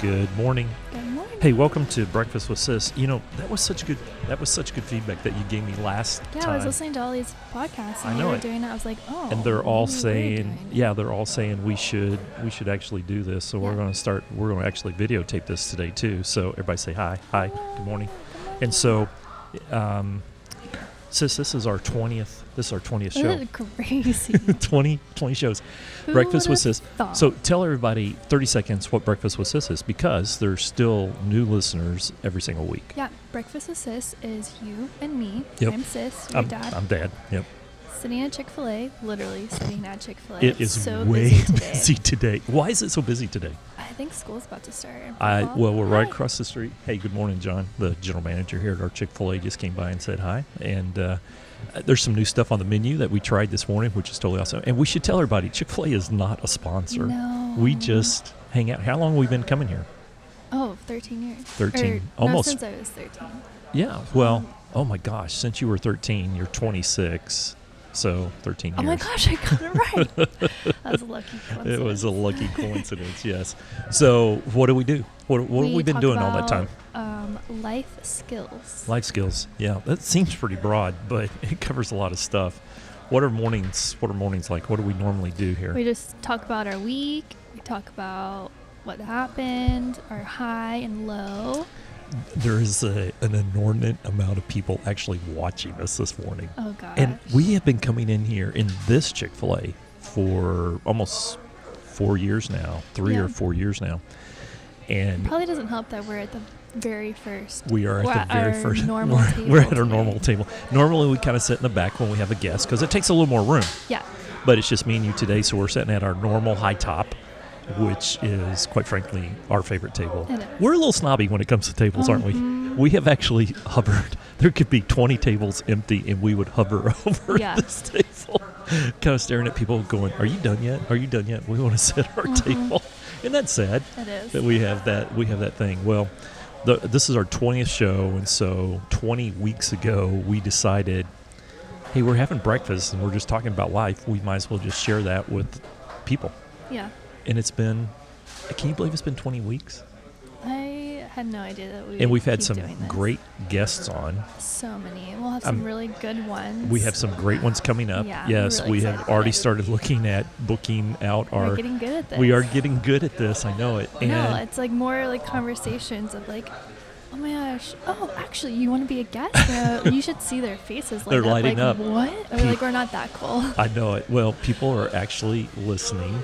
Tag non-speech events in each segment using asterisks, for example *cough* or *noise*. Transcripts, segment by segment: Good morning. Good morning. Hey, welcome to Breakfast with Sis. You know that was such good. That was such good feedback that you gave me last Yeah, time. I was listening to all these podcasts I and they know were it. doing it. I was like, oh. and they're all maybe we're saying, doing it. yeah, they're all saying we should we should actually do this. So we're Yeah. going to start. We're going to actually videotape this today too. So everybody say hi, hi, good morning. Good morning. And so, um, sis, this is our twentieth. This is our twentieth Isn't show. it crazy? *laughs* 20, 20 shows. Who Breakfast with would've Sis. thought? So tell everybody thirty seconds what Breakfast with Sis is because there's still new listeners every single week. Yeah, Breakfast with Sis is you and me. Yep. I'm Sis, your I'm, dad, I'm dad. Yep. sitting at Chick fil A, literally sitting at Chick fil A. It is so way *laughs* busy. Today. today. Why is it so busy today? I think school's about to start. in I football. well, we're right Hi. across the street. Hey, good morning, John. The general manager here at our Chick Fil A just came by and said hi. And uh, there's some new stuff on the menu that we tried this morning, which is totally awesome. And we should tell everybody Chick Fil A is not a sponsor. No. We just hang out. How long have we been coming here? Oh, 13 years. 13, Or, almost. No, since I was 13. Yeah. Well, oh my gosh, since you were 13, you're 26, so 13 years. Oh my gosh, I got it *laughs* right. that was a lucky It was coincidence. a lucky coincidence, yes. So, what do we do? What, what have we been talk doing all that time? about, Um, life skills. Life skills. Yeah, that seems pretty broad, but *laughs* it covers a lot of stuff. What are mornings? What are mornings like? What do we normally do here? We just talk about our week. We talk about what happened, our high and low. there is a, an inordinate amount of people actually watching us this morning, Oh gosh. and we have been coming in here in this Chick Fil A for almost four years now, three Yeah. or four years now, and probably doesn't help that we're at the very first. We are at we're the very our first. *laughs* normal we're, table we're at our today. normal table. Normally, we kind of sit in the back when we have a guest because it takes a little more room. Yeah. But it's just me and you today, so we're sitting at our normal high top, which is quite frankly our favorite table. It is. We're a little snobby when it comes to tables, Mm-hmm. aren't we? We have actually *laughs* hovered. There could be 20 tables empty, and we would hover *laughs* over Yeah. this table, kind of staring at people, going, "Are you done yet? Are you done yet? We want to sit at our Mm-hmm. table." Isn't that sad? It is. that we have that we have that thing. Well, the, this is our twentieth show, and so twenty weeks ago we decided, hey, we're having breakfast and we're just talking about life. We might as well just share that with people. Yeah. And it's been, can you believe it's been twenty weeks? I had no idea that we. And would we've had keep some doing this. great guests on. So many. We'll have some Um, really good ones. We have some great ones coming up. Yeah, I'm yes, really we have excited. already started looking at booking out We're our. getting good at this. We are getting good at this. I know it. And no, it's like more like conversations of like, oh my gosh, oh actually, you want to be *laughs* a guest? Uh, you should see their faces. Light They're up. lighting like, up. What? Or Pe- like we're not that cool. I know it. Well, people are actually listening.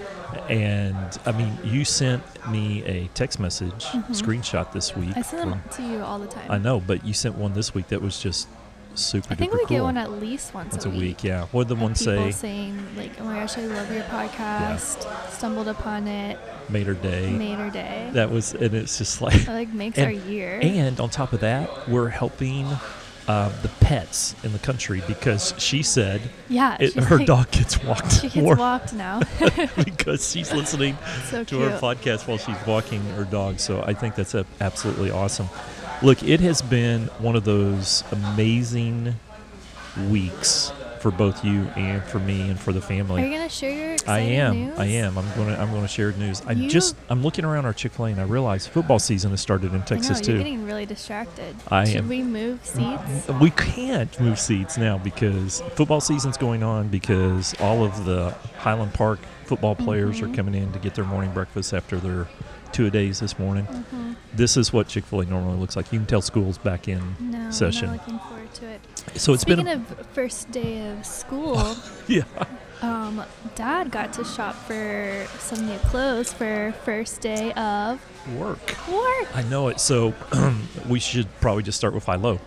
And I mean, you sent me a text message screenshot this week. Mm-hmm. I send them from- to you all the time. I know, but you sent one this week that was just super I think duper we cool. get one at least once Once a week. yeah. What did the Of one people say? saying like, "Oh my gosh, I love your podcast. Stumbled upon it, Made her day. made our day. That was, and it's just like. That, like makes and- our year." *laughs* And on top of that, we're helping uh, the pets in the country because she said yeah, it, Uh, she's her like- dog *laughs* gets walked She gets more walked now. *laughs* *laughs* because she's listening to so cute. her podcast while she's walking her dog. So I think that's a, absolutely awesome. Look, it has been one of those amazing weeks for both you and for me and for the Are you family. gonna share your exciting I am. news? I am. I'm going to. I'm going to share news. I You- just. I'm looking around our Chick Fil A and I realize football season has started in I know, Texas You're too. getting really distracted. I Should am. we move seats? We can't move seats now because football season's going on because all of the Highland Park football players Mm-hmm. are coming in to get their morning breakfast after their two a days this morning. Mhm. This is what Chick fil A normally looks like. You can tell school's back in No, session. I'm not looking forward to it. so it's Speaking been a, of first day of school, *laughs* yeah. um, Dad got to shop for some new clothes for first day of work. work. I know it. So *clears throat* we should probably just start with high low,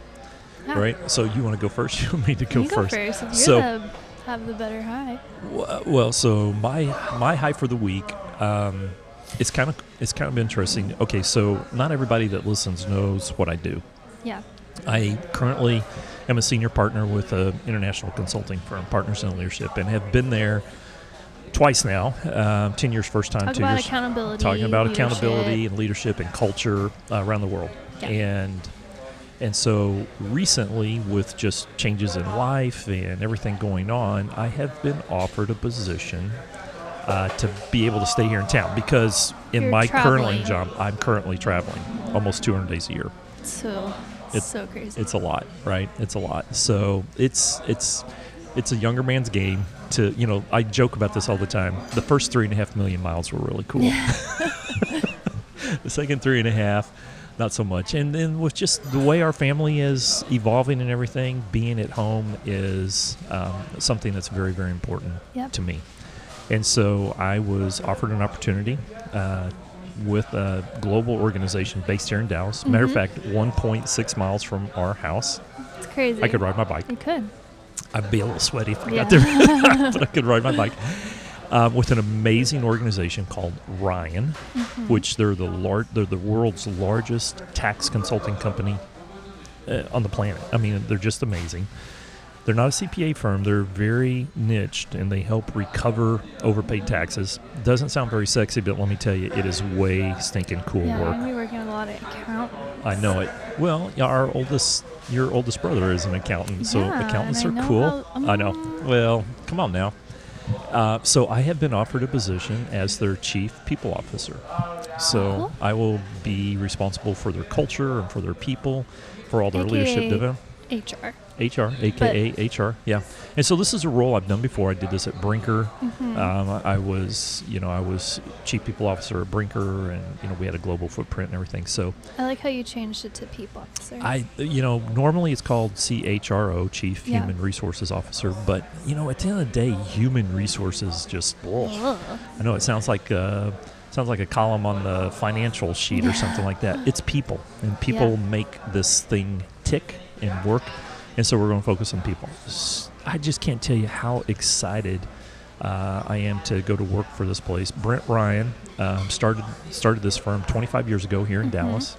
Yeah. right? So you want to go first? Oh. *laughs* You want me to go Ah, you first? go first. If you're So- the have the better high. W- Well, so my my high for the week, um, it's kind of it's kind of interesting. Okay, so not everybody that listens knows what I do. Yeah. I currently am a senior partner with an international consulting firm, Partners in Leadership, and have been there twice now. Um, Ten years, first time. Talk two about years. accountability. talking about leadership. accountability and leadership and culture uh, around the world Yeah. and and so recently with just changes in life and everything going on i have been offered a position uh, to be able to stay here in town because in You're my traveling. current job, I'm currently traveling almost 200 days a year. So It's- so crazy. It's a lot, right? It's a lot. So it's it's it's a younger man's game. To you know, I joke about this all the time. The first three and a half million miles were really cool. *laughs* the second three and a half, not so much. And then with just the way our family is evolving and everything, being at home is um, something that's very very important Yep. to me. And so I was offered an opportunity uh, with a global organization based here in Dallas. Matter of Mhm. fact, 1.6 miles from our house. It's crazy. I could ride my bike. You could. I'd be a little sweaty if I Yeah. got there, *laughs* *laughs* but I could ride my bike. Um, with an amazing organization called Ryan, Mm-hmm. which they're the lar- they're the world's largest tax consulting company uh, on the planet. I mean, they're just amazing. They're not a CPA firm. They're very niched, and they help recover overpaid taxes. Doesn't sound very sexy, but let me tell you, it is way stinking cool Yeah, work. I'm be working with a lot of accountants. I know it. Well, yeah, our oldest, your oldest brother is an accountant, so Yeah, accountants are and I know cool. how- I know. Mm. Well, come on now. Uh, so I have been offered a position as their chief people officer. So Oh, Cool. I will be responsible for their culture and for their people, for all their AKA. leadership development. HR. HR, aka HR, yeah. And so this is a role I've done before. I did this at Brinker. Mm-hmm. Um, I was, you know, I was chief people officer at Brinker, and you know, we had a global footprint and everything. So I like how you changed it to people officer. I, you know, normally it's called CHRO, Chief Yeah. Human Resources Officer, but you know, at the end of the day, human resources just. ugh. Ugh. I know it sounds like a, sounds like a column on the financial sheet or something like that. It's people, and people Yeah. make this thing tick and work, and so we're going to focus on people. S- I just can't tell you how excited. Uh, I am to go to work for this place. Brent Ryan um, started started this firm 25 years ago here in Dallas.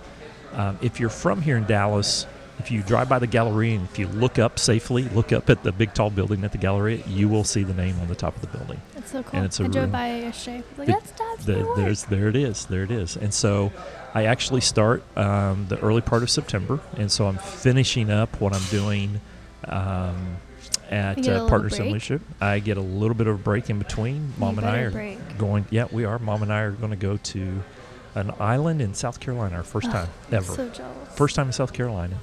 Um, if you're from here in Dallas, if you drive by the gallery and if you look up safely, look up at the big tall building at the gallery, you will see the name on the top of the building. It's so cool. And it's a I room- drove by yesterday. I was like, The- that's Dad's The, new work." there's there it is, there it is. And so, I actually start um, the early part of September, and so I'm finishing up what I'm doing um, You at get a uh, little Partners in break? Leadership. I get a little bit of a break in between. Mom and I better are break. going. Yeah, we are. Mom and I are going to go to an island in South Carolina, our first Ugh, time I'm ever. Ah, So jealous. First time in South Carolina,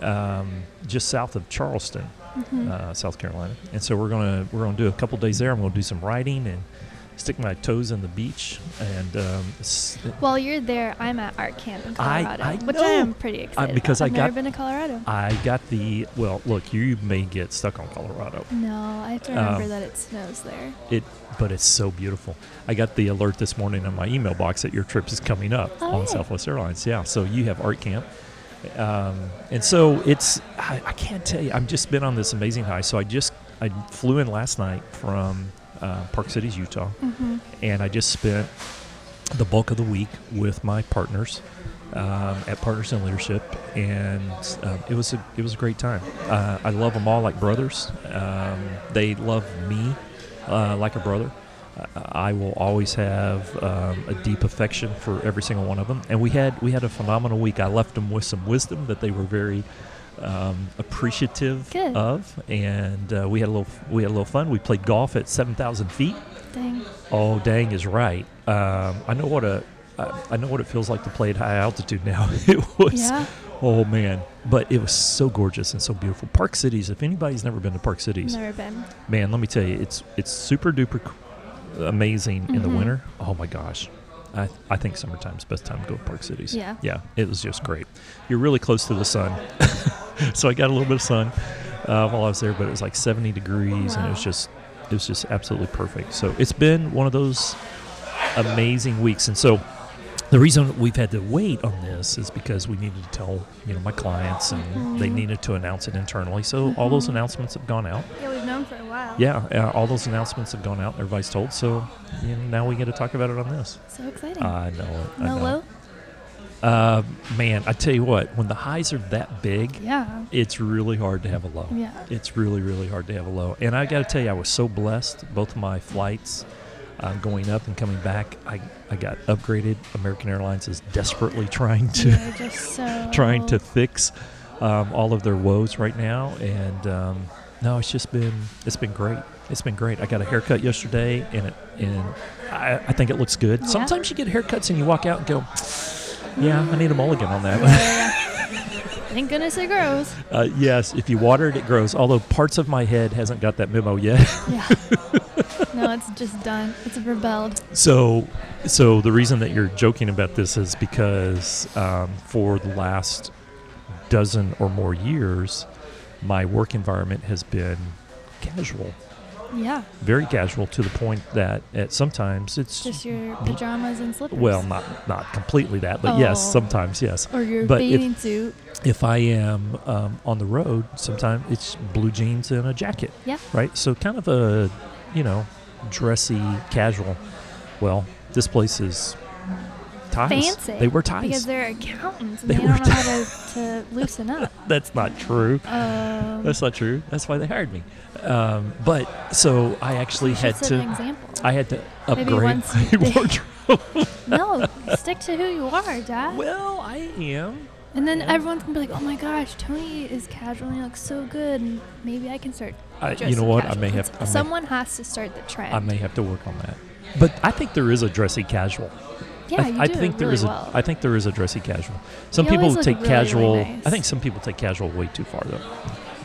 um, just south of Charleston, Mhm. uh, South Carolina, and so we're gonna we're gonna do a couple days there. I'm gonna do some riding and stick my toes in the beach. And um, s- While you're there, I'm at art camp in I- Colorado, I which I know. am pretty excited. because I about. I've got- never been to Colorado. I got the well. Look, you may get stuck on Colorado. no, I have to remember Um, that it snows there. It, but it's so beautiful. I got the alert this morning on my email box that your trip is coming up Oh, on really? Southwest Airlines. Yeah, so you have art camp, um, and so it's I, I can't tell you. I've just been on this amazing high. So I just I flew in last night from uh, Park Cities, Utah, hmm and I just spent the bulk of the week with my partners um, at Partners in Leadership, and um, it was a it was a great time. Uh, I love them all like brothers. Um, they love me uh, like a brother. I I will always have um, a deep affection for every single one of them, and we had we had a phenomenal week. I left them with some wisdom that they were very um, appreciative Good. of, and uh, we had a little we had a little fun. We played golf at seven thousand feet. *laughs* Dang. Oh, dang is right. Um, I know what a I, I know what it feels like to play at high altitude now. *laughs* it was Yeah. oh man, but it was so gorgeous and so beautiful. Park Cities. If anybody's never been to Park Cities, Never been. man, let me tell you, it's it's super duper c- amazing in the Mhm. winter. Oh my gosh. I, I think summertime's the best time to go to Park Cities. Yeah. Yeah, it was just great. You're really close to the sun. *laughs* so I got a little bit of sun uh, while I was there, but it was like 70 degrees and it was Wow. just it was just absolutely perfect. So it's been one of those amazing weeks. And so the reason we've had to wait on this is because we needed to tell, you know, my clients and they Mhm. needed to announce it internally. So all those Mhm. announcements have gone out. Yeah, we've known for a while. Yeah, uh, all those announcements have gone out. Everybody's told, so you know, now we get to talk about it on this. So exciting. I know it. Uh, I know. Mellow. it. Uh, man, I tell you what, when the highs are that big, Yeah. it's really hard to have a low. Yeah. It's really, really hard to have a low. And I got to tell you, I was so blessed. Both of my flights um, going up and coming back, I, I got upgraded. American Airlines is desperately trying *laughs* to They're just so trying *laughs* to fix um, all of their woes right now. And um, no, it's just been it's been great. It's been great. I got a haircut yesterday, and it and I, I think it looks good. Yeah. Sometimes you get haircuts and you walk out and go, "Yeah, I need a mulligan on *laughs* that." Thank goodness it grows. Uh, yes, if you water it, it grows. Although parts of my head hasn't got that memo yet. Yeah. no, it's just done. It's rebelled. so, so the reason that you're joking about this is because um, for the last dozen or more years, my work environment has been casual, Yeah. very casual, to the point that at sometimes it's Just your pajamas and slippers. well, not not completely that, but Oh. yes, sometimes yes. Or your but if- bathing suit. If I am um, on the road, sometimes it's blue jeans and a jacket. Yeah. right? So kind of a, you know, dressy, casual. Well, this place is ties. Fancy. They wear Because ties. they're accountants and They they, were don't know how to, to loosen up. *laughs* That's not true. Um, That's not true. That's why they hired me. Um, but so I actually you had should set an to. example. I had to upgrade *laughs* once my you did. wardrobe. no, stick to who you are, Dad. Well, I am. and then yeah. everyone's gonna be like, "Oh my gosh, Tony is casual and he looks so good, and maybe I can start." I, Uh, you dressing know what? I casual." may It's- have. I may, Someone has to start the trend. I may have to work on that. But I think there is a dressy casual. yeah, I, you I do think it there really is a. I well. think there is a dressy casual. Some You people always look take really, really casual. nice. I think some people take casual way too far though.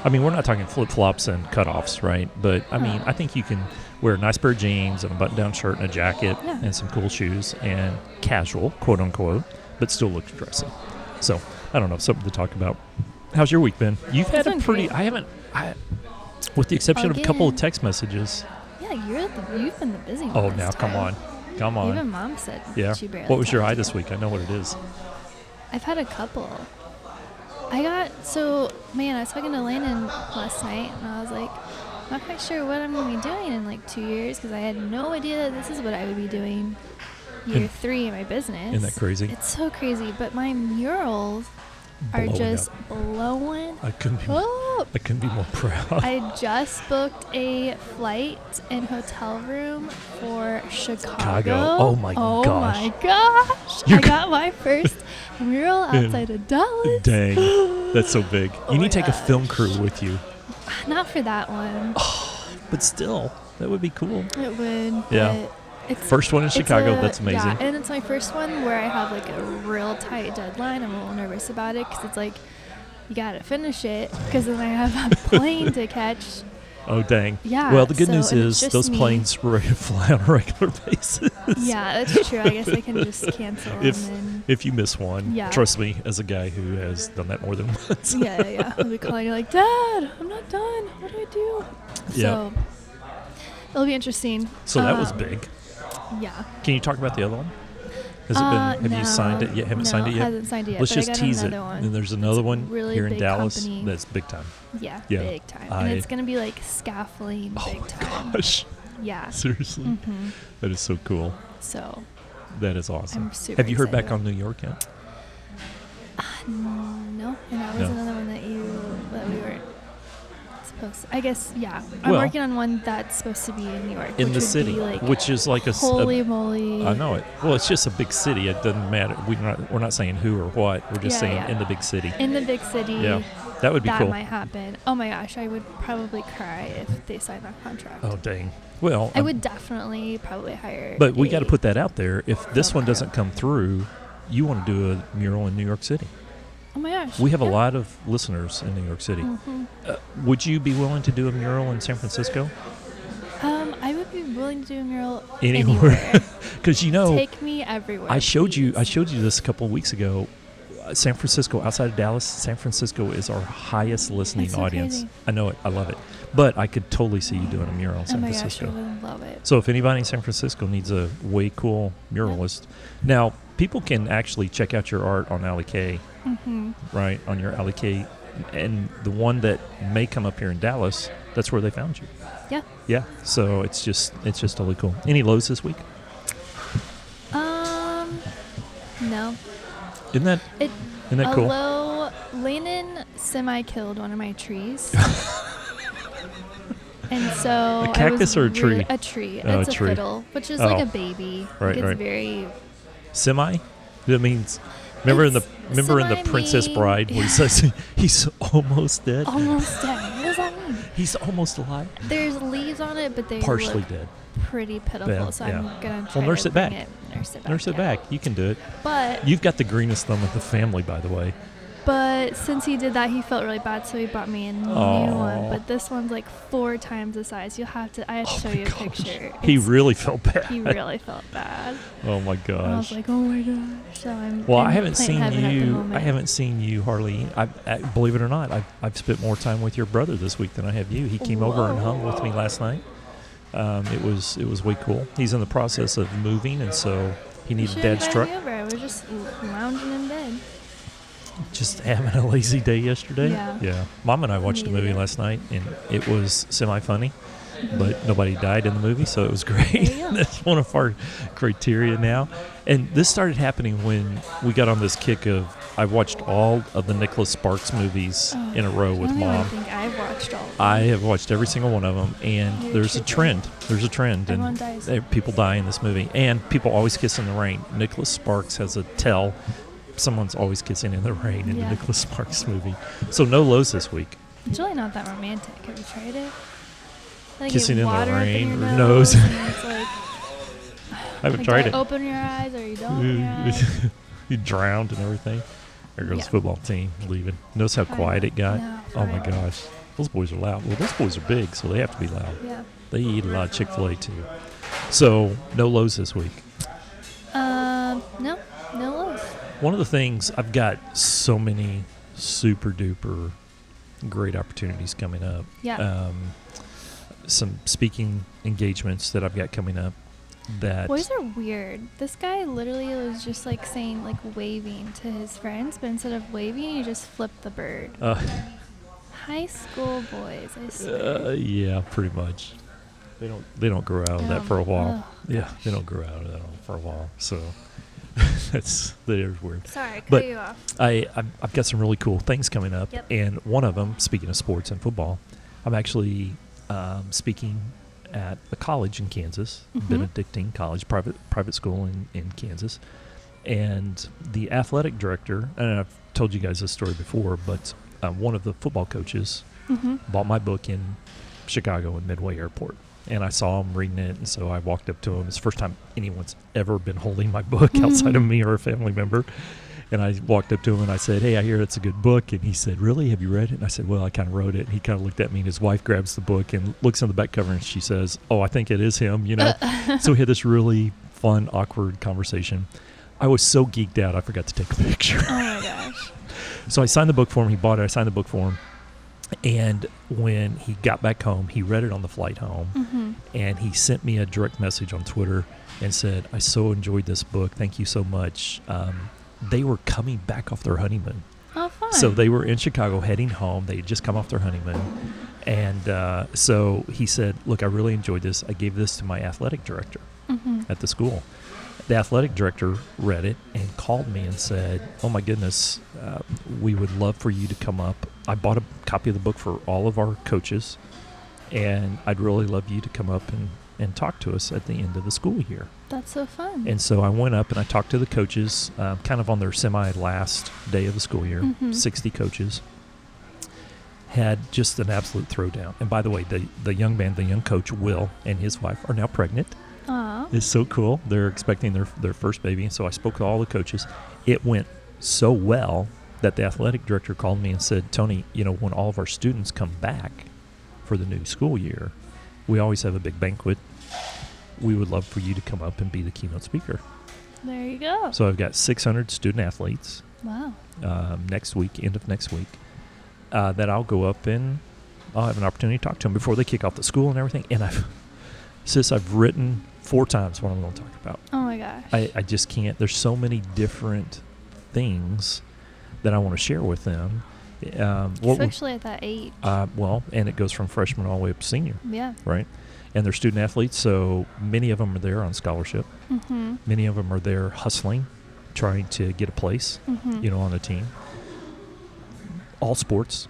I mean, we're not talking flip flops and cutoffs, right? But I mean, Huh. I think you can wear a nice pair of jeans and a button down shirt and a jacket Yeah. and some cool shoes and casual, quote unquote, but still look dressy. So I don't know, something to talk about. How's your week been? You've had It's a been pretty. great. I haven't. I, with the exception of a couple of Again. text messages. yeah, you're the, you've been the busy one. Oh, this now come time. on, come on. Even mom said yeah. she barely. What was your talked eye to this me. week? I know what it is. I've had a couple. I got so man, I was talking to Landon last night, and I was like, I'm not quite sure what I'm gonna be doing in like two years because I had no idea that this is what I would be doing year In- three in my business. Hmm. Isn't that crazy? It's so crazy, but my murals are Blowing just up. blowing I couldn't be. up. I couldn't be more proud. *laughs* I just booked a flight and hotel room for Chicago. Oh my oh gosh. my gosh. You I g- got my first *laughs* mural In- outside of Dallas. Dang, that's so big. *gasps* Oh you my need to take a film crew with you. Not for that one. Oh. But still, that would be cool. It would. Yeah. but It's First one in it's Chicago. a- that's amazing. Yeah, and it's my first one where I have like a real tight deadline. I'm a little nervous about it because it's like you gotta finish it because then I have a *laughs* plane *laughs* to catch. oh dang. Yeah, Well, the good so- news and it's is just those me. planes *laughs* were ready to fly on a regular *laughs* basis. Yeah, that's true. I guess I can just cancel If- and then. If you miss one, Yeah. trust me, as a guy who has done that more than *laughs* once. *laughs* yeah, yeah, yeah. I'll be calling you like, Dad, I'm not done. What do I do? Yeah. So it'll be interesting. So that was Um, big. Yeah. Can you talk about the other one? Has Uh, it been? Have you signed no, it yet? Haven't no, signed it yet. Hasn't signed it yet. Let's but I just got tease it. another One. And there's another one really here in big Dallas company. that's big time. Yeah, Yeah, big time. I- Oh and it's going to be like scaffolding big time. Gosh, *laughs* Yeah. seriously, hmm that is so cool. So That is awesome. I'm super Have you heard back excited. on New York yet? no, and that was No. another one that you that we were supposed. to... I guess yeah. I'm Well- working on one that's supposed to be in New York, in which the would city, Be like, which is like a. s- a- holy moly! I know it. Well, it's just a big city. It doesn't matter. We're not, we're not saying who or what. We're just Yeah, saying yeah. in the big city. In the big city. yeah, that would be that cool. might happen. Oh my gosh, I would probably cry if they signed that contract. Oh dang. Well, I um, would definitely probably hire. But we a- got to put that out there. If this one Okay. doesn't come through, you want to do a mural in New York City. Oh my gosh. We have a lot of listeners in New York City. hmm Uh, would you be willing to do a mural in San Francisco? Um, I would be willing to do a mural Anywhere. anywhere. *laughs* Because you know, Take me everywhere. I showed you. I please. showed you this a couple of weeks ago. Uh, San Francisco, outside of Dallas, San Francisco is our highest listening That's so audience. crazy. I know it. I love it. But I could totally see you doing a mural in Oh San my gosh, I Francisco. would love it. So if anybody in San Francisco needs a way cool muralist, now people can actually check out your art on Alley K, hmm right? On your Alley K, and the one that may come up here in Dallas, that's where they found you. Yeah. Yeah. So it's just it's just totally cool. Any lows this week? Um, no. Isn't that It isn't that cool? Although Landon semi killed one of my *laughs* trees. and so. I was cactus or a tree? really- A tree. Oh, a it's a tree. fiddle, which is like Oh. a baby. Right, like it's right. very. semi that means remember in the It's- remember in the semi princess *laughs* mean- Oh. bride where he says he's almost dead Almost dead. What does that mean? He's almost alive. There's leaves on it, but they Partially look dead. pretty pitiful. Yeah, so yeah. I'm gonna try nurse to it back. bring It, nurse it back. Nurse it yeah. back. You can do it. But You've got the greenest thumb of the family, by the way. but since he did that, he felt really bad, so he bought me a Aw. new Oh one. But this one's like four times the size. You'll have to. I have to show my you a gosh. picture. He It's- really felt bad. *laughs* he really felt bad. oh my And I was gosh. like, oh my gosh. So I'm. well, I'm I haven't playing seen heaven at the you. I moment. haven't seen you hardly. I, I believe it or not, I've, I've spent more time with your brother this week than I have you. He came over and hung with me last night. Um, it was it was way cool. He's in the process of moving, and so he You needed should've dad's invited truck. me Over. I was just lounging in bed. Just having a lazy day yesterday. Yeah. Mom and I watched a needed movie it. last night, and it was semi funny, but nobody died in the movie, so it was *laughs* great. There you go. That's one of our criteria now. And this started happening when we got on this kick of I watched all of the Nicholas Sparks movies Oh, in a row with I don't mom. Even think I've watched all. Of them. I have watched every single one of them, and You're there's a tripping. trend. There's a trend, Everyone and dies. there- people die in this movie, and people always kiss in the rain. Nicholas Sparks has a tell. Someone's always kissing in the rain in the Yeah. Nicholas Sparks movie. So no lows this week. It's really not that romantic. Have you tried it? Like Kissing in the water up rain your or nose. *laughs* nose. and it's like, I haven't like, do tried I it. Open your eyes or you don't. open your *laughs* eyes? he drowned and everything. There goes Yeah. football team leaving. Notice how Fine. quiet it got. No, oh my fine. gosh, those boys are loud. Well, those boys are big, so they have to be loud. Yeah. They eat a lot of Chick Fil A too. So no lows this week. Um. No. No lows. One of the things I've got so many super duper great opportunities coming up. Yeah. Um, some speaking engagements that I've got coming up. That Boys are weird. This guy literally was just like saying like waving to his friends, but instead of waving, he just flipped the bird. uh, High school boys. I swear. uh, *laughs* yeah, pretty much. They don't they don't grow out of that Um, for a while. ugh. Yeah, they don't grow out of that for a while. So *laughs* that's there's weird. Sorry, I cut But- you off. I I've, I've got some really cool things coming up, Yep. and one of them, speaking of sports and football, I'm actually um, speaking at a college in Kansas, Mhm. Benedictine College, private private school in in Kansas, and the athletic director. And I've told you guys this story before, but uh, one of the football coaches Mm-hmm. bought my book in Chicago in Midway Airport. And I saw him reading it, and so I walked up to him. It's the first time anyone's ever been holding my book outside of me or a family member. And I walked up to him and I said, Hey, I hear it's a good book. And he said, Really? Have you read it? And I said, Well, I kind of wrote it. And he kind of looked at me, and his wife grabs the book and looks on the back cover, and she says, Oh, I think it is him, you *laughs* know? Oh so we had this really fun, awkward conversation. I was so geeked out, I forgot to take a picture. Oh my gosh. So I signed the book for him. He bought it. I signed the book for him. And when he got back home, he read it on the flight home Mm-hmm. and he sent me a direct message on Twitter and said, I so enjoyed this book. Thank you so much. Um, they were coming back off their honeymoon. Oh, fun. So they were in Chicago heading home. They had just come off their honeymoon. And uh, so he said, Look, I really enjoyed this. I gave this to my athletic director Mm-hmm. at the school. The athletic director read it and called me and said, "Oh my goodness, uh, we would love for you to come up. I bought a copy of the book for all of our coaches, and I'd really love you to come up and, and talk to us at the end of the school year." That's so fun. And so I went up and I talked to the coaches, um, kind of on their semi last day of the school year. Mhm. Sixty coaches had just an absolute throwdown. And by the way, the the young man, the young coach Will, and his wife are now pregnant. Aw. It's so cool. They're expecting their their first baby, and so I spoke to all the coaches. It went so well that the athletic director called me and said, "Tony, you know, when all of our students come back for the new school year, we always have a big banquet. We would love for you to come up and be the keynote speaker." There you go. So I've got 600 student athletes Wow. um, next week, end of next week, uh, that I'll go up and I'll have an opportunity to talk to them before they kick off the school and everything. And I've, *laughs* sis, I've written four times what I'm going to talk about. Oh my gosh. I, I just can't. There's so many different things that I want to share with them. Um, what we- Especially at that age. uh, well, and it goes from freshman all the way up to senior, yeah. right? And they're student athletes, so many of them are there on scholarship. Mm-hmm. Many of them are there hustling, trying to get a place, Mm-hmm. you know, on a team. All sports,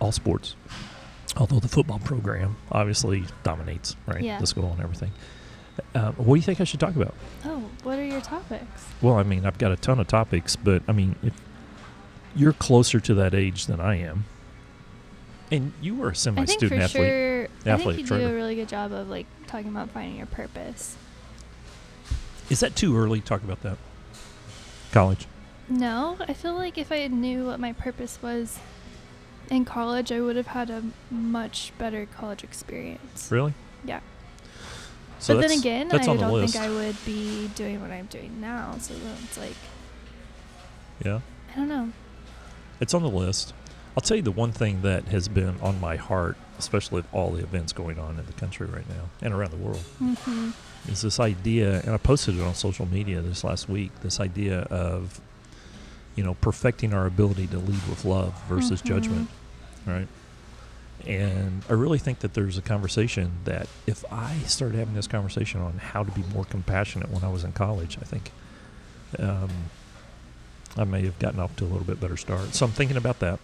all sports. Although the football program obviously dominates, right? Yeah. The school and everything. Uh, what do you think I should talk about? Oh, what are your topics? Well, I mean, I've got a ton of topics, but I mean, if you're closer to that age than I am, And you were a I think for semi-student athlete. sure. I athlete, think you do trainer. a really good job of like talking about finding your purpose. Is that too early to talk about that? College. No, I feel like if I knew what my purpose was in college, I would have had a much better college experience. Really? Yeah. So but then that's- again, that's I on the don't list. think I would be doing what I'm doing now. So then it's like, yeah. I don't know. It's on the list. I'll tell you the one thing that has been on my heart, especially with all the events going on in the country right now and around the world, hmm is this idea, and I posted it on social media this last week, this idea of, you know, perfecting our ability to lead with love versus Mhm. judgment, right? And I really think that there's a conversation that if I started having this conversation on how to be more compassionate when I was in college, I think um, I may have gotten off to a little bit better start. So I'm thinking about that.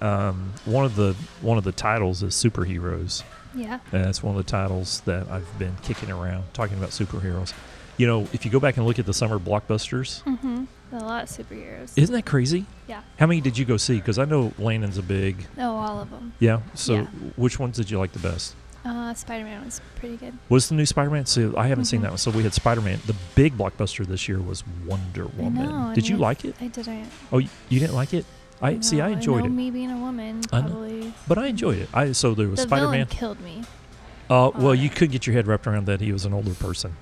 Um, one of the one of the titles is superheroes. Yeah. And that's Uh, one of the titles that I've been kicking around, talking about superheroes. You know, if you go back and look at the summer blockbusters, Mm-hmm. A lot of superheroes. isn't that crazy? Yeah. How many did you go see? Because I know Landon's a big. oh, all of them. Yeah. So Yeah. which ones did you like the best? Uh, Spider Man was pretty good. Was the new Spider Man? So I haven't seen Mhm. that one. So we had Spider Man. The big blockbuster this year was Wonder Woman. know, I did you mean, like it? I didn't. Oh, y- you didn't like it? I see. I know, enjoyed know it, Me being a woman, I know. probably. but I enjoyed it. I so there was The Spider villain Man. killed me. Uh, well, you Alright. could get your head wrapped around that he was an older person,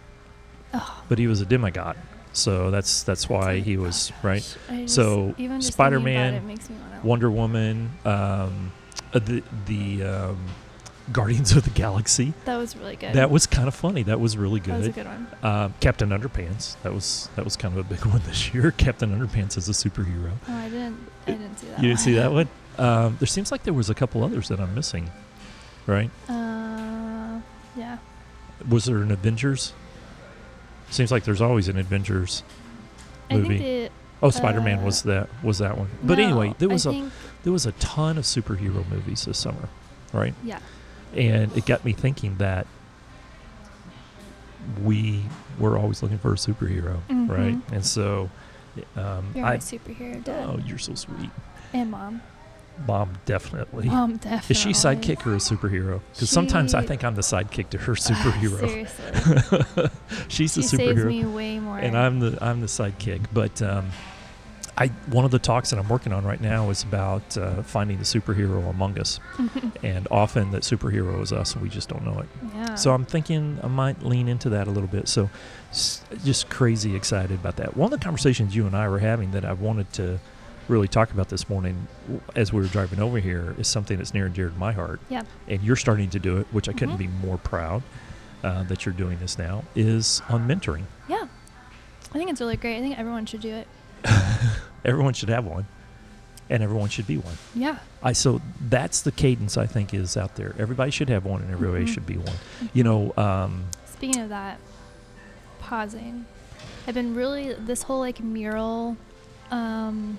Oh, but he was a demigod. So that's that's why he was right. I just- So, even just thinking about Spider-Man, it makes me wanna- Wonder Woman, um, uh, the the um, Guardians of the Galaxy. That was really good. That was kind of funny. That was really That was a good. good one. Uh, Captain Underpants. That was that was kind of a big *laughs* one this year. Captain Underpants is a superhero. Oh, I didn't. I didn't see that. you one. didn't see that *laughs* one? Um, there seems like there was a couple others that I'm missing, right? *laughs* Uh, yeah. Was there an Avengers? Seems like there's always an Avengers. I Movie. think Oh, Spider-Man Uh, was that was that one. the, But anyway, there I was a think- there was a ton of superhero movies this summer, right? yeah. and it got me thinking that we were always looking for a superhero, Mhm. right? And so, um, You're my I superhero dad oh, you're so sweet, and mom. mom. Definitely. Mom, definitely. *laughs* Is she sidekick or a superhero? Because sometimes I Oh, She- think I'm the sidekick to her *laughs* Ah, superhero. *laughs* *laughs* Seriously, She's she the saves superhero, me way more. and I'm the I'm the sidekick. But um, I one of the talks that I'm working on right now is about uh, finding the superhero among *laughs* us, and often that superhero is us, and we just don't know it. yeah. So I'm thinking I might lean into that a little bit. So s- just crazy excited about that. One of the conversations you and I were having that I wanted to really talk about this morning w- as we were driving over here is something that's near and dear to my heart. Yeah. And you're starting to do it, which I couldn't Mhm. be more proud uh, that you're doing this now, is on mentoring. yeah. I think it's really great. I think everyone should do it. Everyone should have one and everyone should be one. Yeah. I so that's the cadence I think is out there. Everybody should have one and everybody Mhm. should be one. You know, um, Speaking of that, pausing. I've been really this whole like mural um,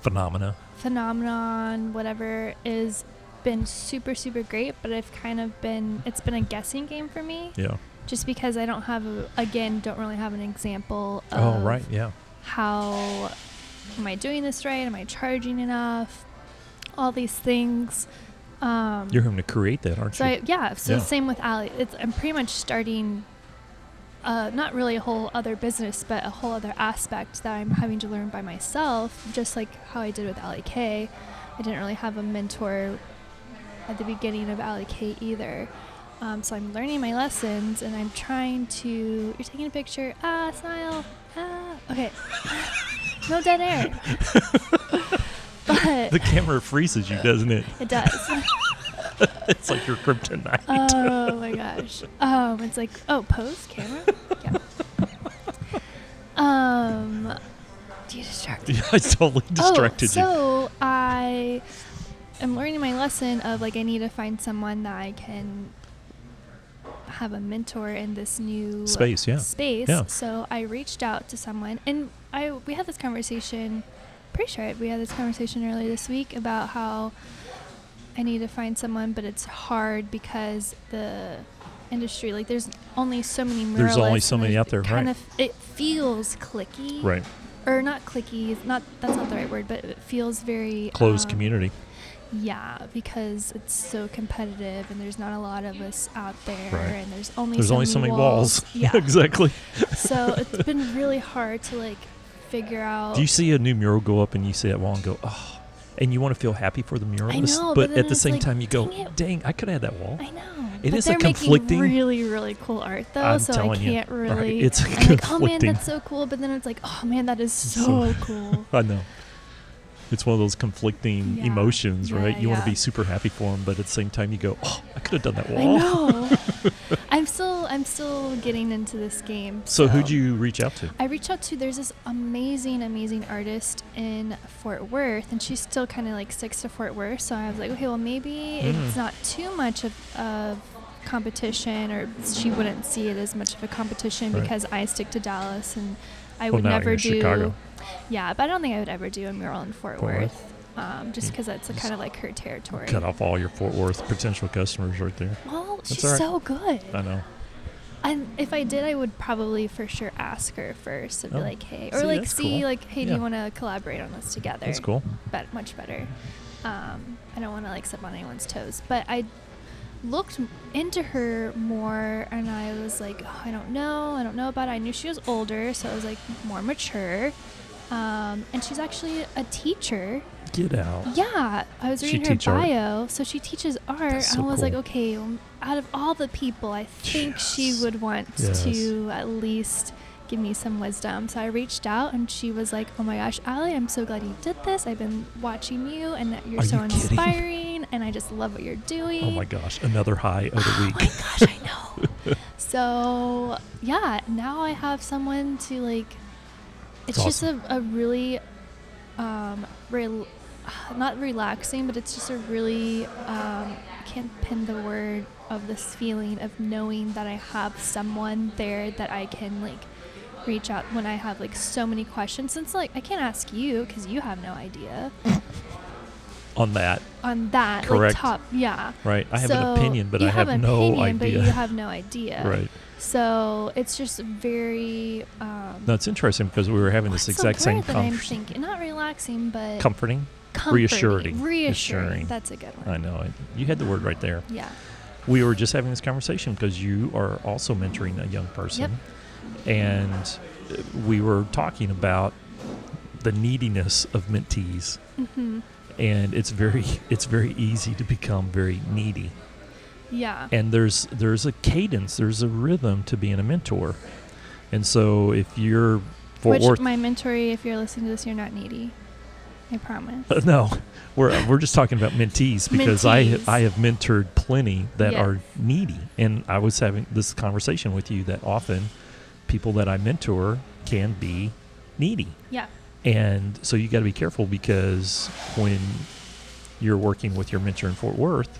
phenomena. phenomenon, whatever, is been super super great. But I've kind of been it's been a guessing game for me, Yeah. just because I don't have a, again don't really have an example. Oh, Of right. Yeah. How am I doing this right? Am I charging enough? All these things. Um, You're having to create that, aren't so you? I, yeah, so Yeah. same with Ali. It's, I'm pretty much starting, uh, not really a whole other business, but a whole other aspect that I'm having to learn by myself, just like how I did with Ali K. I didn't really have a mentor at the beginning of Ali K either. Um, so I'm learning my lessons and I'm trying to. You're taking a picture. Ah, smile. Ah, okay. *laughs* no *laughs* dead air. but the camera freezes you, doesn't it? *laughs* it does. It's like your kryptonite. *laughs* Oh my gosh. Um, it's like oh, pose camera. Yeah. Um, do you distract? Yeah, I totally distracted oh, So I am learning my lesson of like I need to find someone that I can have a mentor in this new you. Space, yeah. space. Yeah. So I reached out to someone, and I we had this conversation. Pretty sure we had this conversation earlier this week about how I need to find someone, but it's hard because the industry, like, there's only so many. Muralists There's only so and many there's- out there, it kind right. of- it feels clicky, Right. Or not clicky. Not that's not the right word, but it feels very Closed um, community. Yeah, because it's so competitive and there's not a lot of us out there Right. and there's only There's so only many so many walls. *laughs* Yeah. exactly. so it's been really hard to like figure out Do you see a new mural go up and you see that wall and go, oh, and you want to feel happy for the mural, I It's- know, but but, then at the it's same like, time you go, dang it. dang, I could have had that wall. I know. It but is a they're conflicting- making really, really cool art though, I'm so I telling you. can't Right, really it's a I'm like, oh man, conflicting- that's so cool, but then it's like, oh man, that is So- so cool. I know. It's one of those conflicting Yeah. emotions, Yeah, right? You want yeah. to be super happy for them, but at the same time, you go, "Oh, I could have done that I wall." *laughs* know. I'm still I'm still getting into this game. So, who'd you reach out to? Um, I reached out to there's this amazing, amazing artist in Fort Worth, and she's still kind of like sticks to Fort Worth. So I was like, okay, well maybe Mm. it's not too much of, of competition, or she wouldn't see it as much of a competition Right. because I stick to Dallas, and I Well, would now you're never in do. Chicago. Yeah, but I don't think I would ever do a mural in Fort, Fort Worth. Mm. Worth, um, just because that's kind of like her territory. Cut off all your Fort Worth potential customers right there. Well, she's all right. so good. I know. And if I did, I would probably for sure ask her first and Oh. be like, "Hey," or See, like, that's "See, cool. like, hey, do Yeah. you want to collaborate on this together?" That's cool. But much better. Um, I don't want to like step on anyone's toes, but I looked m- into her more, and I was like, oh, "I don't know, I don't know about." It. I knew she was older, so I was like more mature. Um, and she's actually a teacher. Get out. Yeah, I was She reading teach her art? bio. So she teaches art. That's so and I was like, cool. okay, um, out of all the people, I think she Yes. would want Yes. to at least give me some wisdom. So I reached out, and she was like, oh my gosh, Allie, I'm so glad you did this. I've been watching you, and that you're Are so you kidding? inspiring, and I just love what you're doing. Oh my gosh, another high of Oh the my week. gosh, *laughs* I know. so yeah, now I have someone to like. It's That's just a, a really, um, rel- *sighs* not relaxing, but it's just a really um, I can't pin the word of this feeling of knowing that I have someone there that I can like reach out when I have like so many questions. Since like I can't ask you because you have no idea On that, on that Correct. like top yeah. right? I have So, an opinion, but you I have, an no opinion, idea. But you have no idea. *laughs* right. So it's just very. Um, No, it's interesting because we were having what's this the exact same word that I'm conversation. thinking? Not relaxing, but Comforting. comforting, reassuring. Reassuring. Reassuring. That's a good one. I know it. You had the word right there. Yeah. we were just having this conversation because you are also mentoring a young person and uh, we were talking about the neediness of mentees hmm and it's very *laughs* it's very easy to become very needy Yeah. and there's there's a cadence there's a rhythm to being a mentor and so if you're Fort Which Worth my mentor, if you're listening to this, you're not needy. I *laughs* promise. Uh, no we're we're just talking about mentees because Mentees. I I have mentored plenty that Yes. are needy and I was having this conversation with you that often people that I mentor can be needy yeah. and so you got to be careful because when you're working with your mentor in Fort Worth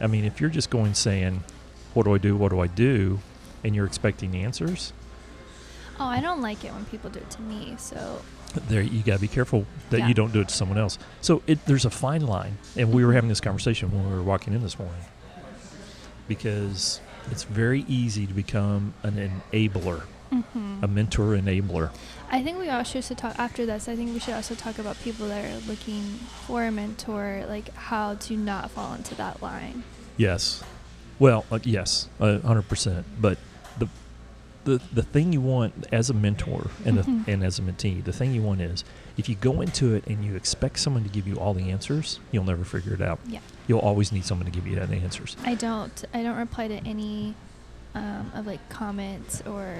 I mean if you're just going saying what do I do what do I do and you're expecting answers Oh, I don't like it when people do it to me. So there you got to be careful that Yeah. you don't do it to someone else so it, there's a fine line and Mm-hmm. we were having this conversation when we were walking in this morning because it's very easy to become an enabler mhm. a mentor enabler I think we also should talk after this. I think we should also talk about people that are looking for a mentor, like how to not fall into that line. yes well uh, yes uh, 100% but the, the the thing you want as a mentor and, Mhm. a, and as a mentee the thing you want is if you go into it and you expect someone to give you all the answers you'll never figure it out Yeah. you'll always need someone to give you that answers I don't. I don't reply to any um, of like comments or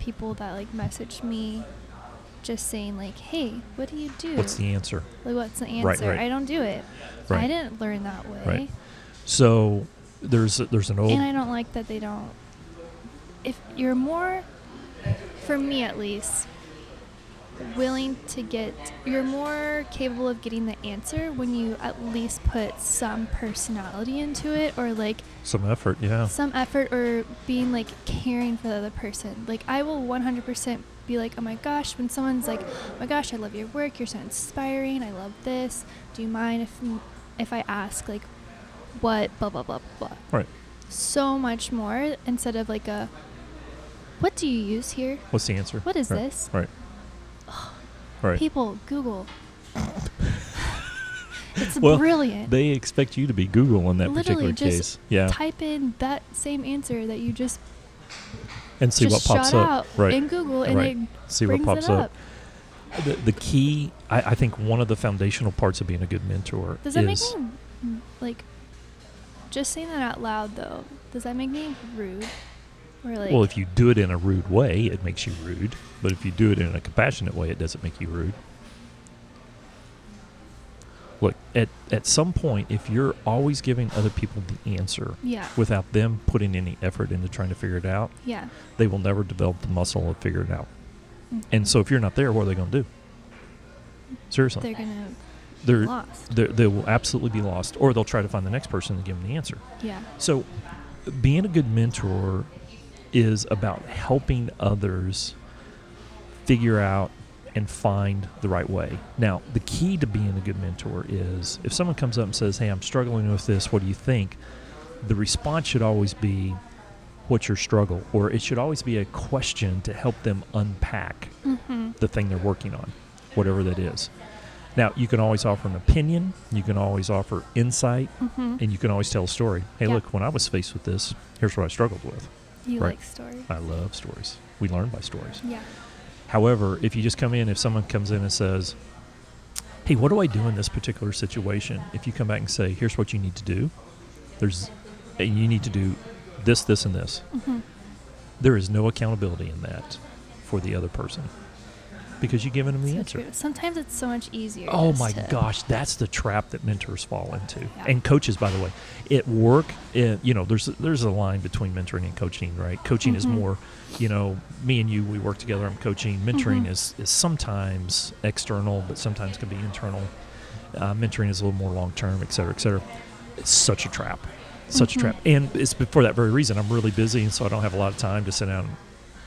people that like message me, just saying like, "Hey, what do you do? what's the answer like, what's the answer?" Right, right. I don't do it. Right. I didn't learn that way, Right. Oh. So there's there's an old and I don't like that they don't. If you're more, for me at least, willing to get, you're more capable of getting the answer when you at least put some personality into it, or like some effort, yeah. some effort or being like caring for the other person. Like I will 100% be like, oh my gosh, when someone's like, oh my gosh, I love your work. You're so inspiring. I love this. Do you mind if if I ask like what blah blah blah blah blah. Right. So much more instead of like a what do you use here? What's the answer? What is right. this? *laughs* Right. Right. People Google. It's Well, brilliant. They expect you to be Google in that Literally particular just case. Yeah. Type in that same answer that you just and see what just pops shot up. out right. in Google, and Right. it see what brings pops it up. The, the key, I, I think one of the foundational parts of being a good mentor Does that is make me mm, like just saying that out loud though? Does that make me rude? Or like well, if you do it in a rude way, it makes you rude. But if you do it in a compassionate way, it doesn't make you rude. Look, at, at some point, if you're always giving other people the answer yeah, without them putting any effort into trying to figure it out, yeah. they will never develop the muscle to figure it out. Mhm. And so if you're not there, what are they going to do? Seriously. they're gonna be They're, lost. they're, they will absolutely be lost, or they'll try to find the next person to give them the answer. Yeah. So being a good mentor is about helping others figure out and find the right way. Now, the key to being a good mentor is if someone comes up and says, Hey, I'm struggling with this, what do you think? The response should always be, What's your struggle? Or it should always be a question to help them unpack Mm-hmm. the thing they're working on, whatever that is. Now, you can always offer an opinion, you can always offer insight, Mm-hmm. and you can always tell a story. Hey, Yeah. look, when I was faced with this, here's what I struggled with. You right. like story. I love stories. We learn by stories. Yeah. However, if you just come in, if someone comes in and says, Hey, what do I do in this particular situation? If you come back and say, Here's what you need to do, there's, and you need to do this, this, and this, Mm-hmm. there is no accountability in that for the other person because you've given them the so answer. true. Sometimes it's so much easier. Oh just my to- gosh, that's the trap that mentors fall into, Yeah. and coaches, by the way. At work, eh, you know, there's there's a line between mentoring and coaching, right? Coaching is Mhm. more, you know, me and you, we work together. I'm coaching. Mentoring Mhm. is is sometimes external, but sometimes can be internal. Uh, mentoring is a little more long term, et cetera, et cetera. It's such a trap, such Mhm. a trap, and it's be- for that very reason. I'm really busy, and so I don't have a lot of time to sit down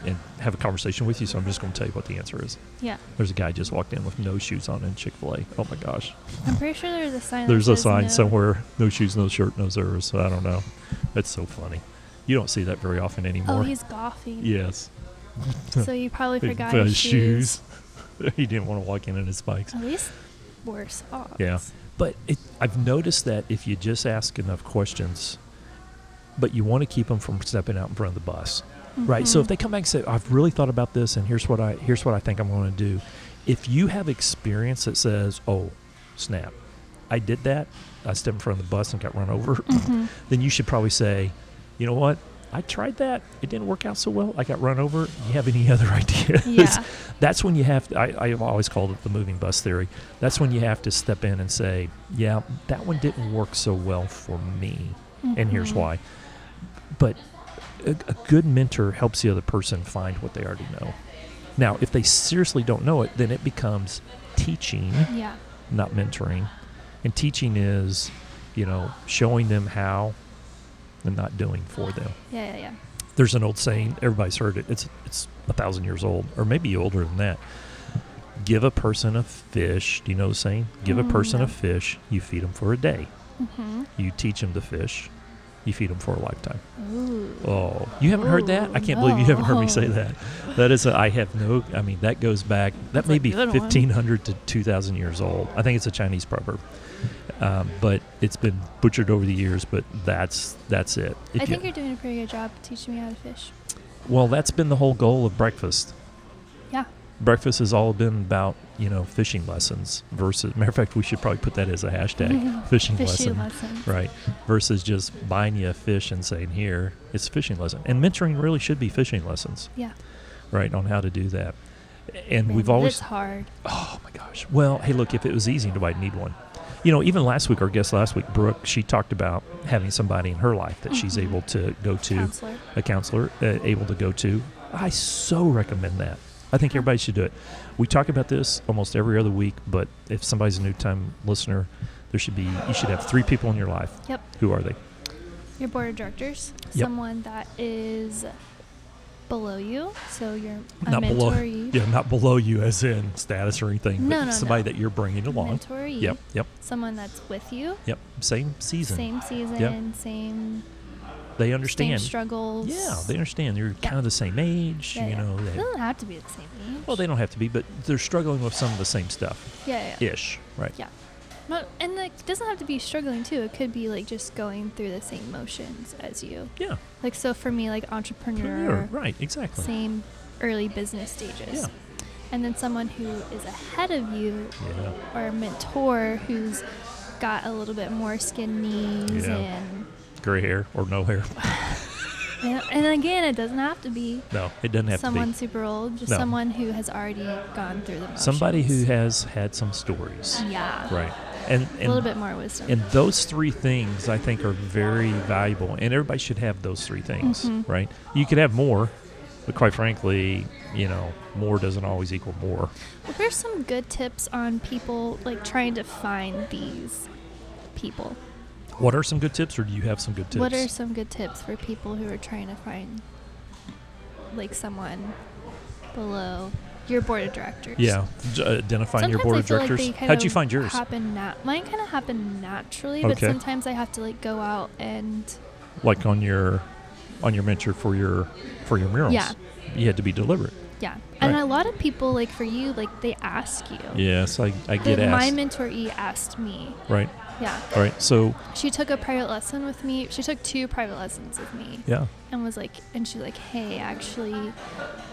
and have a conversation with you. So I'm just going to tell you what the answer is. Yeah. There's a guy just walked in with no shoes on in Chick Fil A. Oh my gosh! I'm pretty sure there's a sign. that There's a says sign no. somewhere: no shoes, no shirt, no service. I don't know. That's so funny. You don't see that very often anymore. Oh, he's golfing. *laughs* yes. *laughs* *laughs* So you probably He forgot found his shoes. he didn't want to walk in on his spikes. At least wore socks. Yeah. But it, I've noticed that if you just ask enough questions, but you want to keep them from stepping out in front of the bus, right? So if Mhm. they come back and say, "I've really thought about this, and here's what I here's what I think I'm going to do," if you have experience that says, "Oh, snap, I did that, I stepped in front of the bus and got run over," Mhm. *laughs* then you should probably say, "You know what? I tried that. It didn't work out so well. I got run over. You have any *laughs* other ideas?" Yeah. *laughs* that's when you have I, i've always called it the moving bus theory that's when you have to step in and say yeah that one didn't work so well for me and here's Mhm. why but a, a good mentor helps the other person find what they already know now if they seriously don't know it then it becomes teaching Yeah. not mentoring and teaching is you know showing them how and not doing for them Yeah. Yeah. Yeah. there's an old saying everybody's heard it it's it's a thousand years old or maybe older than that give a person a fish do you know the saying give a Mm, person no. a fish you feed them for a day Mm-hmm. you teach them to fish you feed them for a lifetime Ooh. oh you haven't heard that i Ooh, can't believe you haven't heard me say no. that that is a, i have no i mean that goes back that That's may a be good one. 1500 to 2000 years old i think it's a chinese proverb um, but it's been butchered over the years but that's that's it If I you- think you're doing a pretty good job teaching me how to fish. Well, that's been the whole goal of breakfast. Yeah. Breakfast has all been about, you know, fishing lessons versus, matter of fact, we should probably put that as a Mm-hmm. *laughs* hashtag fishing lesson. Fishing lessons. Right. Versus just buying you a fish and saying, here, it's a fishing lesson. And mentoring really should be fishing lessons, Yeah. right, on how to do that. And Man, we've but always, It's hard. Oh my gosh. Well, hey, look, if it was easy, nobody would need one. You know, even last week, our guest last week, Brooke, she talked about having somebody in her life that she's Mhm. able to go to, Counselor. a counselor uh, able to go to. I so recommend that. I think everybody should do it. We talk about this almost every other week, but if somebody's a new time listener, there should be you should have three people in your life. Yep. Who are they? Your board of directors. Yep. Someone that is below you. So you're a Not below- mentoree. Yeah, not below you as in status or anything, No, but no, somebody no. that you're bringing along. Mentoree. Yep, yep, Someone that's with you. yep. Same season. Same season. Same. They Same understand. struggles. Yeah, they understand. You're kind of the same age, Yeah, you yeah. know. They They, don't have to be the same age. well, they don't have to be, but they're struggling with some of the same stuff Yeah. Yeah. ish, right? Yeah. Not, and like it doesn't have to be struggling too. It could be like just going through the same motions as you. Yeah. Like so for me, like entrepreneur, Entrepreneur. Right. Exactly. same early business stages. Yeah. And then someone who is ahead of you Yeah. or a mentor who's got a little bit more skin knees Yeah. and, Gray hair or no hair. and and again it doesn't have to be No, it doesn't have to someone be. super old, just No. someone who has already gone through the motions. Somebody who has had some stories. yeah, Right. And, a little and bit more wisdom. And those three things I think are very valuable, and everybody should have those three things, Mhm. right? You could have more, but quite frankly, you know, more doesn't always equal more. Well, there's some good tips on people like trying to find these people. What are some good tips, or do you have some good tips? What are some good tips for people who are trying to find like someone below your board of directors? yeah, j- uh, identifying Sometimes your board I of feel directors. Like they kind How'd of you find yours? Happen nat- mine kind of happened naturally, but Okay. sometimes I have to like go out and Like on your, on your mentor for your, for your murals. Yeah. You had to be deliberate. yeah. And Right. a lot of people like for you, like they ask you. Yes, I, I Like get my asked. mentoree asked me. right. Yeah. All right. So She took a private lesson with me. She took two private lessons with me. yeah. and was like and she's like hey actually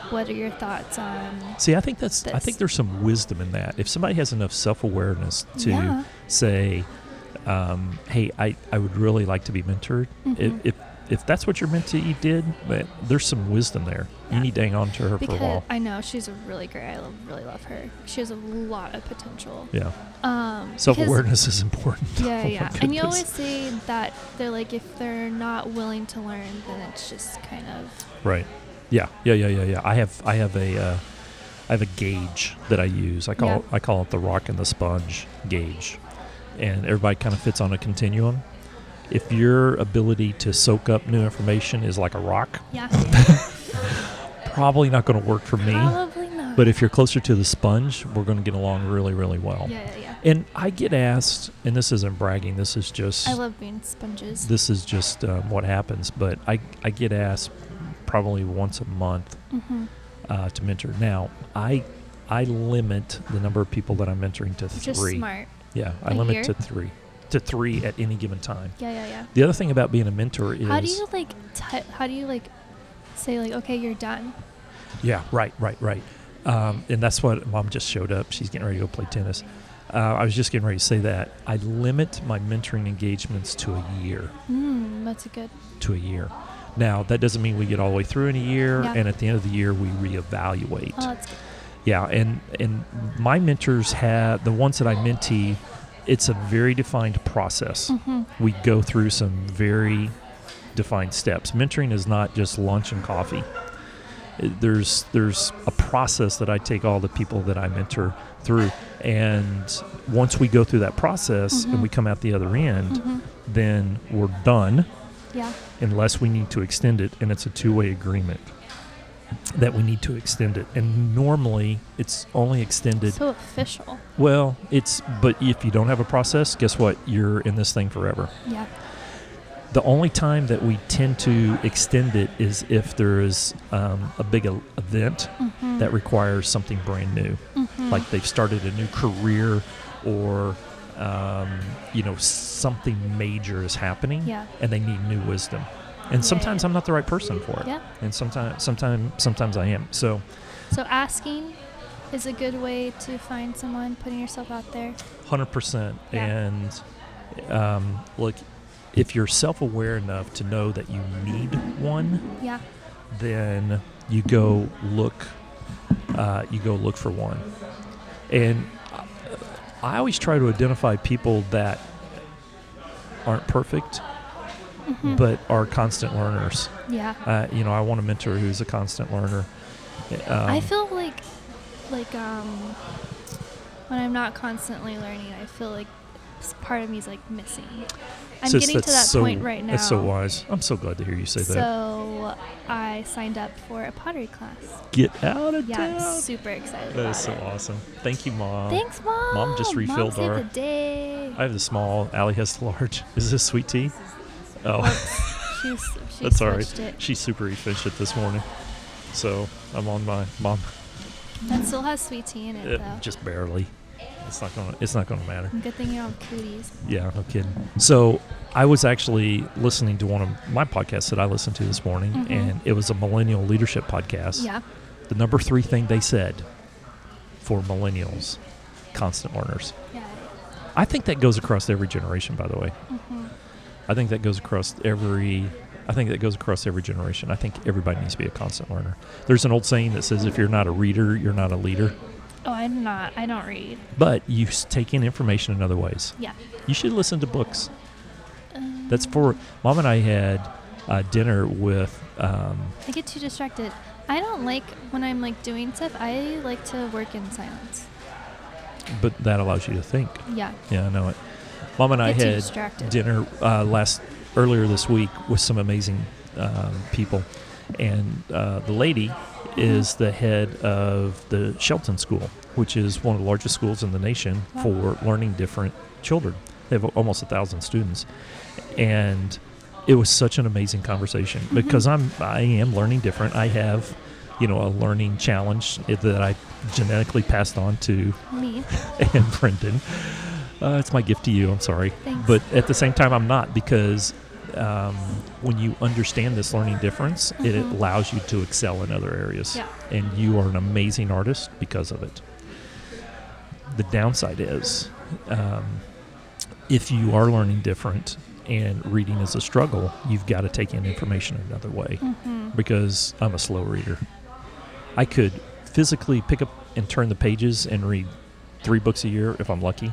what are your thoughts on See, I think that's, I That's- think there's some wisdom in that. If somebody has enough self awareness to yeah say, um, "Hey, I, I would really like to be mentored." Mhm. If, if if that's what your mentee did, but there's some wisdom there. You Yeah. need to hang on to her for a because while. i know she's a really great i love, really love her she has a lot of potential Yeah, um because- self awareness is important. *laughs* *laughs* yeah Oh my yeah and you goodness. always say that they're like if they're not willing to learn then it's just kind of right. Yeah, yeah, yeah, yeah, yeah. I have I have a uh, I have a gauge that I use. I call I call it the rock and the sponge gauge, and everybody kind of fits on a continuum. If your ability to soak up new information is like a rock, *laughs* yeah probably not going to work for me. probably not But if you're closer to the sponge, we're going to get along really, really well. yeah yeah yeah And I get asked, and this isn't bragging. This is just i love being sponges this is just um, what happens. But I I get asked probably once a month hmm uh, to mentor. Now I I limit the number of people that I'm mentoring to just three. smart Yeah, I A limit year? to three to three at any given time. yeah yeah yeah The other thing about being a mentor is how do you like t- how do you like say like okay you're done Yeah, right, right, right. Um, and that's what mom just showed up. She's getting ready to go play tennis. Uh, I was just getting ready to say that. I limit my mentoring engagements to a year. mm, that's a good To a year. Now, that doesn't mean we get all the way through in a year. Yeah. And at the end of the year, we reevaluate. oh that's Yeah, and and my mentors have the ones that I mentee. It's a very defined process. hmm We go through some very defined steps. Mentoring is not just lunch and coffee. It- There's there's a process that I take all the people that I mentor through, and once we go through that process Mhm. and we come out the other end, hmm then we're done Yeah. unless we need to extend it, and it's a two way agreement that we need to extend it. And normally, it's only extended. So official. Well, it's but if you don't have a process, guess what? You're in this thing forever. Yeah. The only time that we tend to extend it is if there is um, a big e- event Mm-hmm. that requires something brand new, like they've started a new career or. Um, you know, something major is happening Yeah. and they need new wisdom. And Yeah, sometimes yeah. I'm not the right person for it. Yeah. And sometimes, sometimes, sometimes I am. So So asking is a good way to find someone, putting yourself out there. 100%. Yeah. And um, look, if you're self aware enough to know that you need one, Yeah. then you go look, uh, you go look for one. And I- I always try to identify people that aren't perfect, Mm-hmm. but are constant learners. yeah. Uh, you know, I want a mentor who's a constant learner. Um, I feel like, like um, when I'm not constantly learning, I feel like s- part of me is like missing. I'm Sis, getting to that's that so- point right now. That's so wise. I'm so glad to hear you say that. So I signed up for a pottery class. Get out of Yeah, I'm town. super excited. That about is so it. awesome. Thank you, mom. Thanks, mom. Mom just refilled saved our- the day. I have the small. Allie has the large. Is this sweet tea? Oh, Oops. *laughs* She's, *laughs* she that's all switched right. it. She's super efficient this morning. So I'm on my mom, That still has sweet tea in it, uh, though. just barely. It's not gonna. It's not gonna matter. Good thing you're all cooties. Yeah, no kidding. So I was actually listening to one of my podcasts that I listened to this morning, Mhm. and it was a millennial leadership podcast. Yeah. The number three thing they said for millennials, constant learners. Yeah. I think that goes across every generation. By the way, Mm-hmm. I think that goes across every. I think that goes across every generation. I think everybody needs to be a constant learner. There's an old saying that says, "If you're not a reader, you're not a leader." Oh, I'm not. I don't read. But you s- take in information in other ways. Yeah. You should listen to books. Um, That's for mom and I had uh, dinner with. Um, I get too distracted. I don't like when I'm like doing stuff. I like to work in silence. but that allows you to think. Yeah. Yeah, I know it. Mom and I get too had distracted. dinner uh, last earlier this week with some amazing um, people, and uh, the lady is the head of the Shelton School, which is one of the largest schools in the nation Wow. for learning different children. They have almost a thousand students, and it was such an amazing conversation because I'm I am learning different. I have, you know, a learning challenge that I genetically passed on to *laughs* Me. and Brendan. Uh, it's my gift to you. I'm sorry, Thanks. but at the same time, I'm not because um, when you understand this learning difference, it Mhm. allows you to excel in other areas, Yeah. and you are an amazing artist because of it. The downside is, um, if you are learning different and reading is a struggle, you've got to take in information another way Mm-hmm. because I'm a slow reader. I could physically pick up and turn the pages and read three books a year if I'm lucky.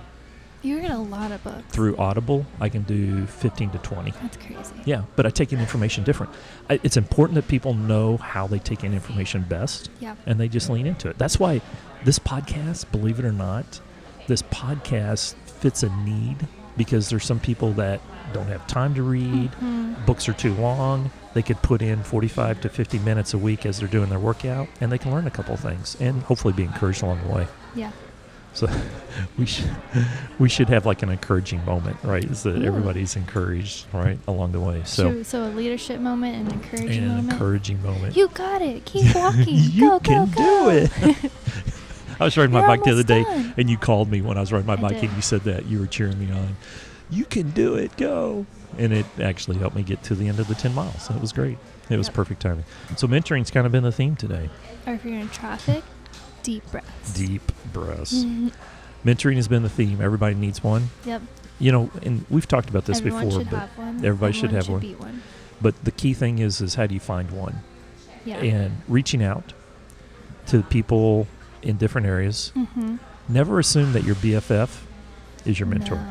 You read a lot of books. Through Audible, I can do 15 to 20. That's crazy. Yeah, but I take in information different. I, it's important that people know how they take in information best Yeah. and they just lean into it. That's why this podcast, believe it or not, this podcast fits a need because there's some people that don't have time to read Mhm. books are too long. They could put in 45 to 50 minutes a week as they're doing their workout, and they can learn a couple of things and hopefully be encouraged along the way. Yeah. So *laughs* we should we should have like an encouraging moment, right? Is that Yeah. everybody's encouraged, right, along the way. So True. So a leadership moment and and encouraging an moment. encouraging moment. You got it. Keep walking. *laughs* you go, can go, go. do it. *laughs* I was riding my You're bike the other almost day, done. and you called me when I was riding my I bike, did. and you said that you were cheering me on. You can do it. Go. And it actually helped me get to the end of the 10 miles. That was great. It was Yep. perfect timing. So mentoring's kind of been the theme today. Or if you're in traffic, deep breaths. Deep breaths. Mhm. Mentoring has been the theme. Everybody needs one. Yep. You know, and we've talked about this Everyone before, should but, have one. everybody should have one. Be one. but the key thing is is how do you find one? Yeah. And reaching out to people in different areas. mm-hmm. Never assume that your BFF is your mentor.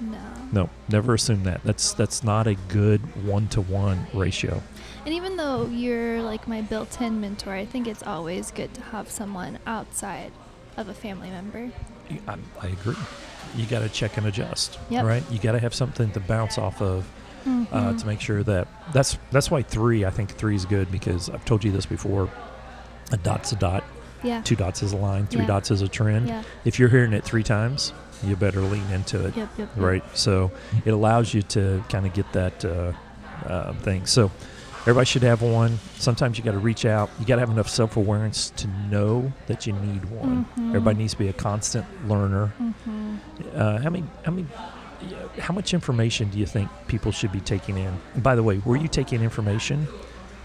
No, no. No, never assume that. That's that's not a good one to one ratio. And even though you're like my built-in mentor, I think it's always good to have someone outside of a family member. I, I agree. You got to check and adjust, Yep. Mm-hmm. right? You got to have something to bounce off of uh, to make sure that that's that's why three. I think three is good because I've told you this before. A dot's a dot. yeah. Two dots is a line. Three Yeah. dots is a trend. Yeah. If you're hearing it three times, you better lean into it. Yep. Yep. yep. right? So it allows you to kind of get that uh, uh, thing. So everybody should have one. Sometimes you got to reach out. You got to have enough self awareness to know that you need one. Mhm. Everybody needs to be a constant learner. Mm-hmm. Uh, how many? How many? yeah, How much information do you think people should be taking in? And by the way, where you take in information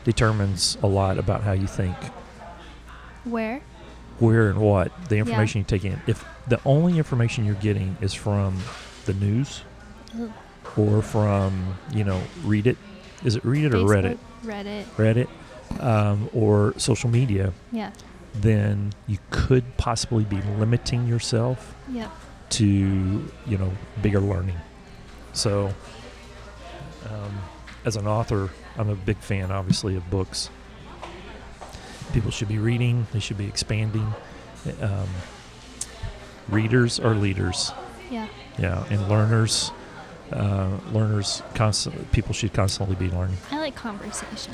determines a lot about how you think, Where? where and what the Yeah. information you take in. If the only information you're getting is from the news, Ugh. or from you know read it is it read it or reddit Facebook, Reddit. reddit um, or social media Yeah. then you could possibly be limiting yourself Yep. to you know bigger learning so um, as an author i'm a big fan obviously of books people should be reading they should be expanding um, readers are leaders Yeah. yeah, and learners, uh, learners constantly, people should constantly be learning. I like conversations.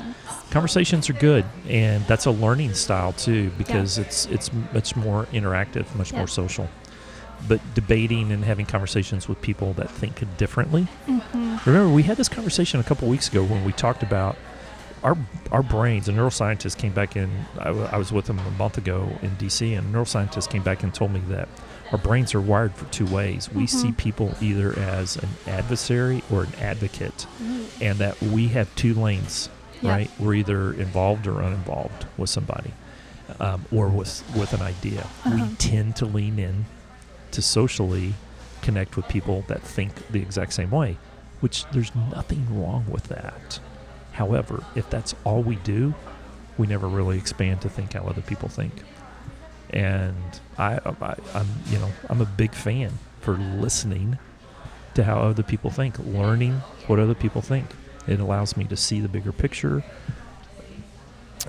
Conversations are good, and that's a learning style too because it's it's much more interactive, much Yeah. more social. But debating and having conversations with people that think differently. Mm-hmm. Remember, we had this conversation a couple weeks ago when we talked about our our brains. A neuroscientist came back in. I, w- I was with him a month ago in D.C. and a neuroscientist came back and told me that our brains are wired for two ways. We see Mhm. people either as an adversary or an advocate, and that we have two lanes, Yeah. right? We're either involved or uninvolved with somebody, um, or with with an idea. Uh-huh. We tend to lean in to socially connect with people that think the exact same way, which there's nothing wrong with that. However, if that's all we do, we never really expand to think how other people think. And I, I I'm you know I'm a big fan for listening to how other people think, learning what other people think. It allows me to see the bigger picture.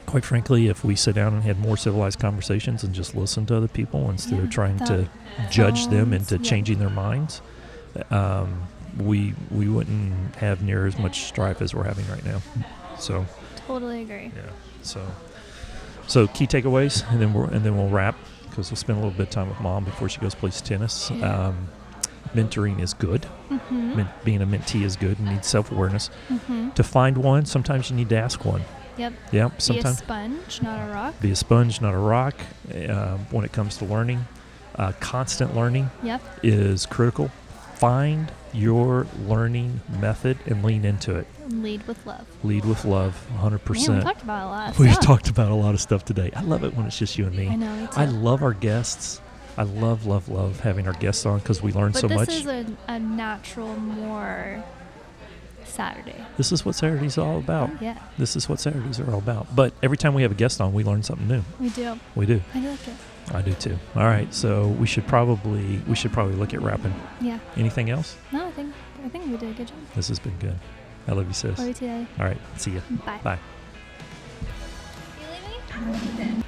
Quite frankly, if we sit down and had more civilized conversations and just listen to other people instead Yeah, of trying to that judge them sounds- into yeah. changing their minds, um, we we wouldn't have near as much strife as we're having right now. So Totally agree. yeah, so so key takeaways, and then we'll and then we'll wrap because we'll spend a little bit of time with mom before she goes plays tennis. Yeah. Um, mentoring is good. Mm-hmm. Men- being a mentee is good. You need self awareness mm-hmm. to find one. Sometimes you need to ask one. Yep. Yeah, Be a sometimes sponge, not a rock. be a sponge, not a rock. Uh, when it comes to learning, uh, constant learning Yep. is critical. Find your learning method and lean into it. Lead with love. Lead with love, 100%. Man, we talked about a lot. Of We've stuff. talked about a lot of stuff today. I love it when it's just you and me. I know. Me too. I love our guests. I love, love, love having our guests on because we learn but so this much. is a, a natural, more Saturday. this is what Saturdays are all about. Yeah, This is what Saturdays are all about. But every time we have a guest on, we learn something new. we do. We do. I like it. I do too. All right. So we should probably we should probably look at wrapping. Yeah. Anything else? No, I think I think we did a good job. This has been good. I love you, sis. Love you today. All right. See ya. Bye. Bye. You leave me?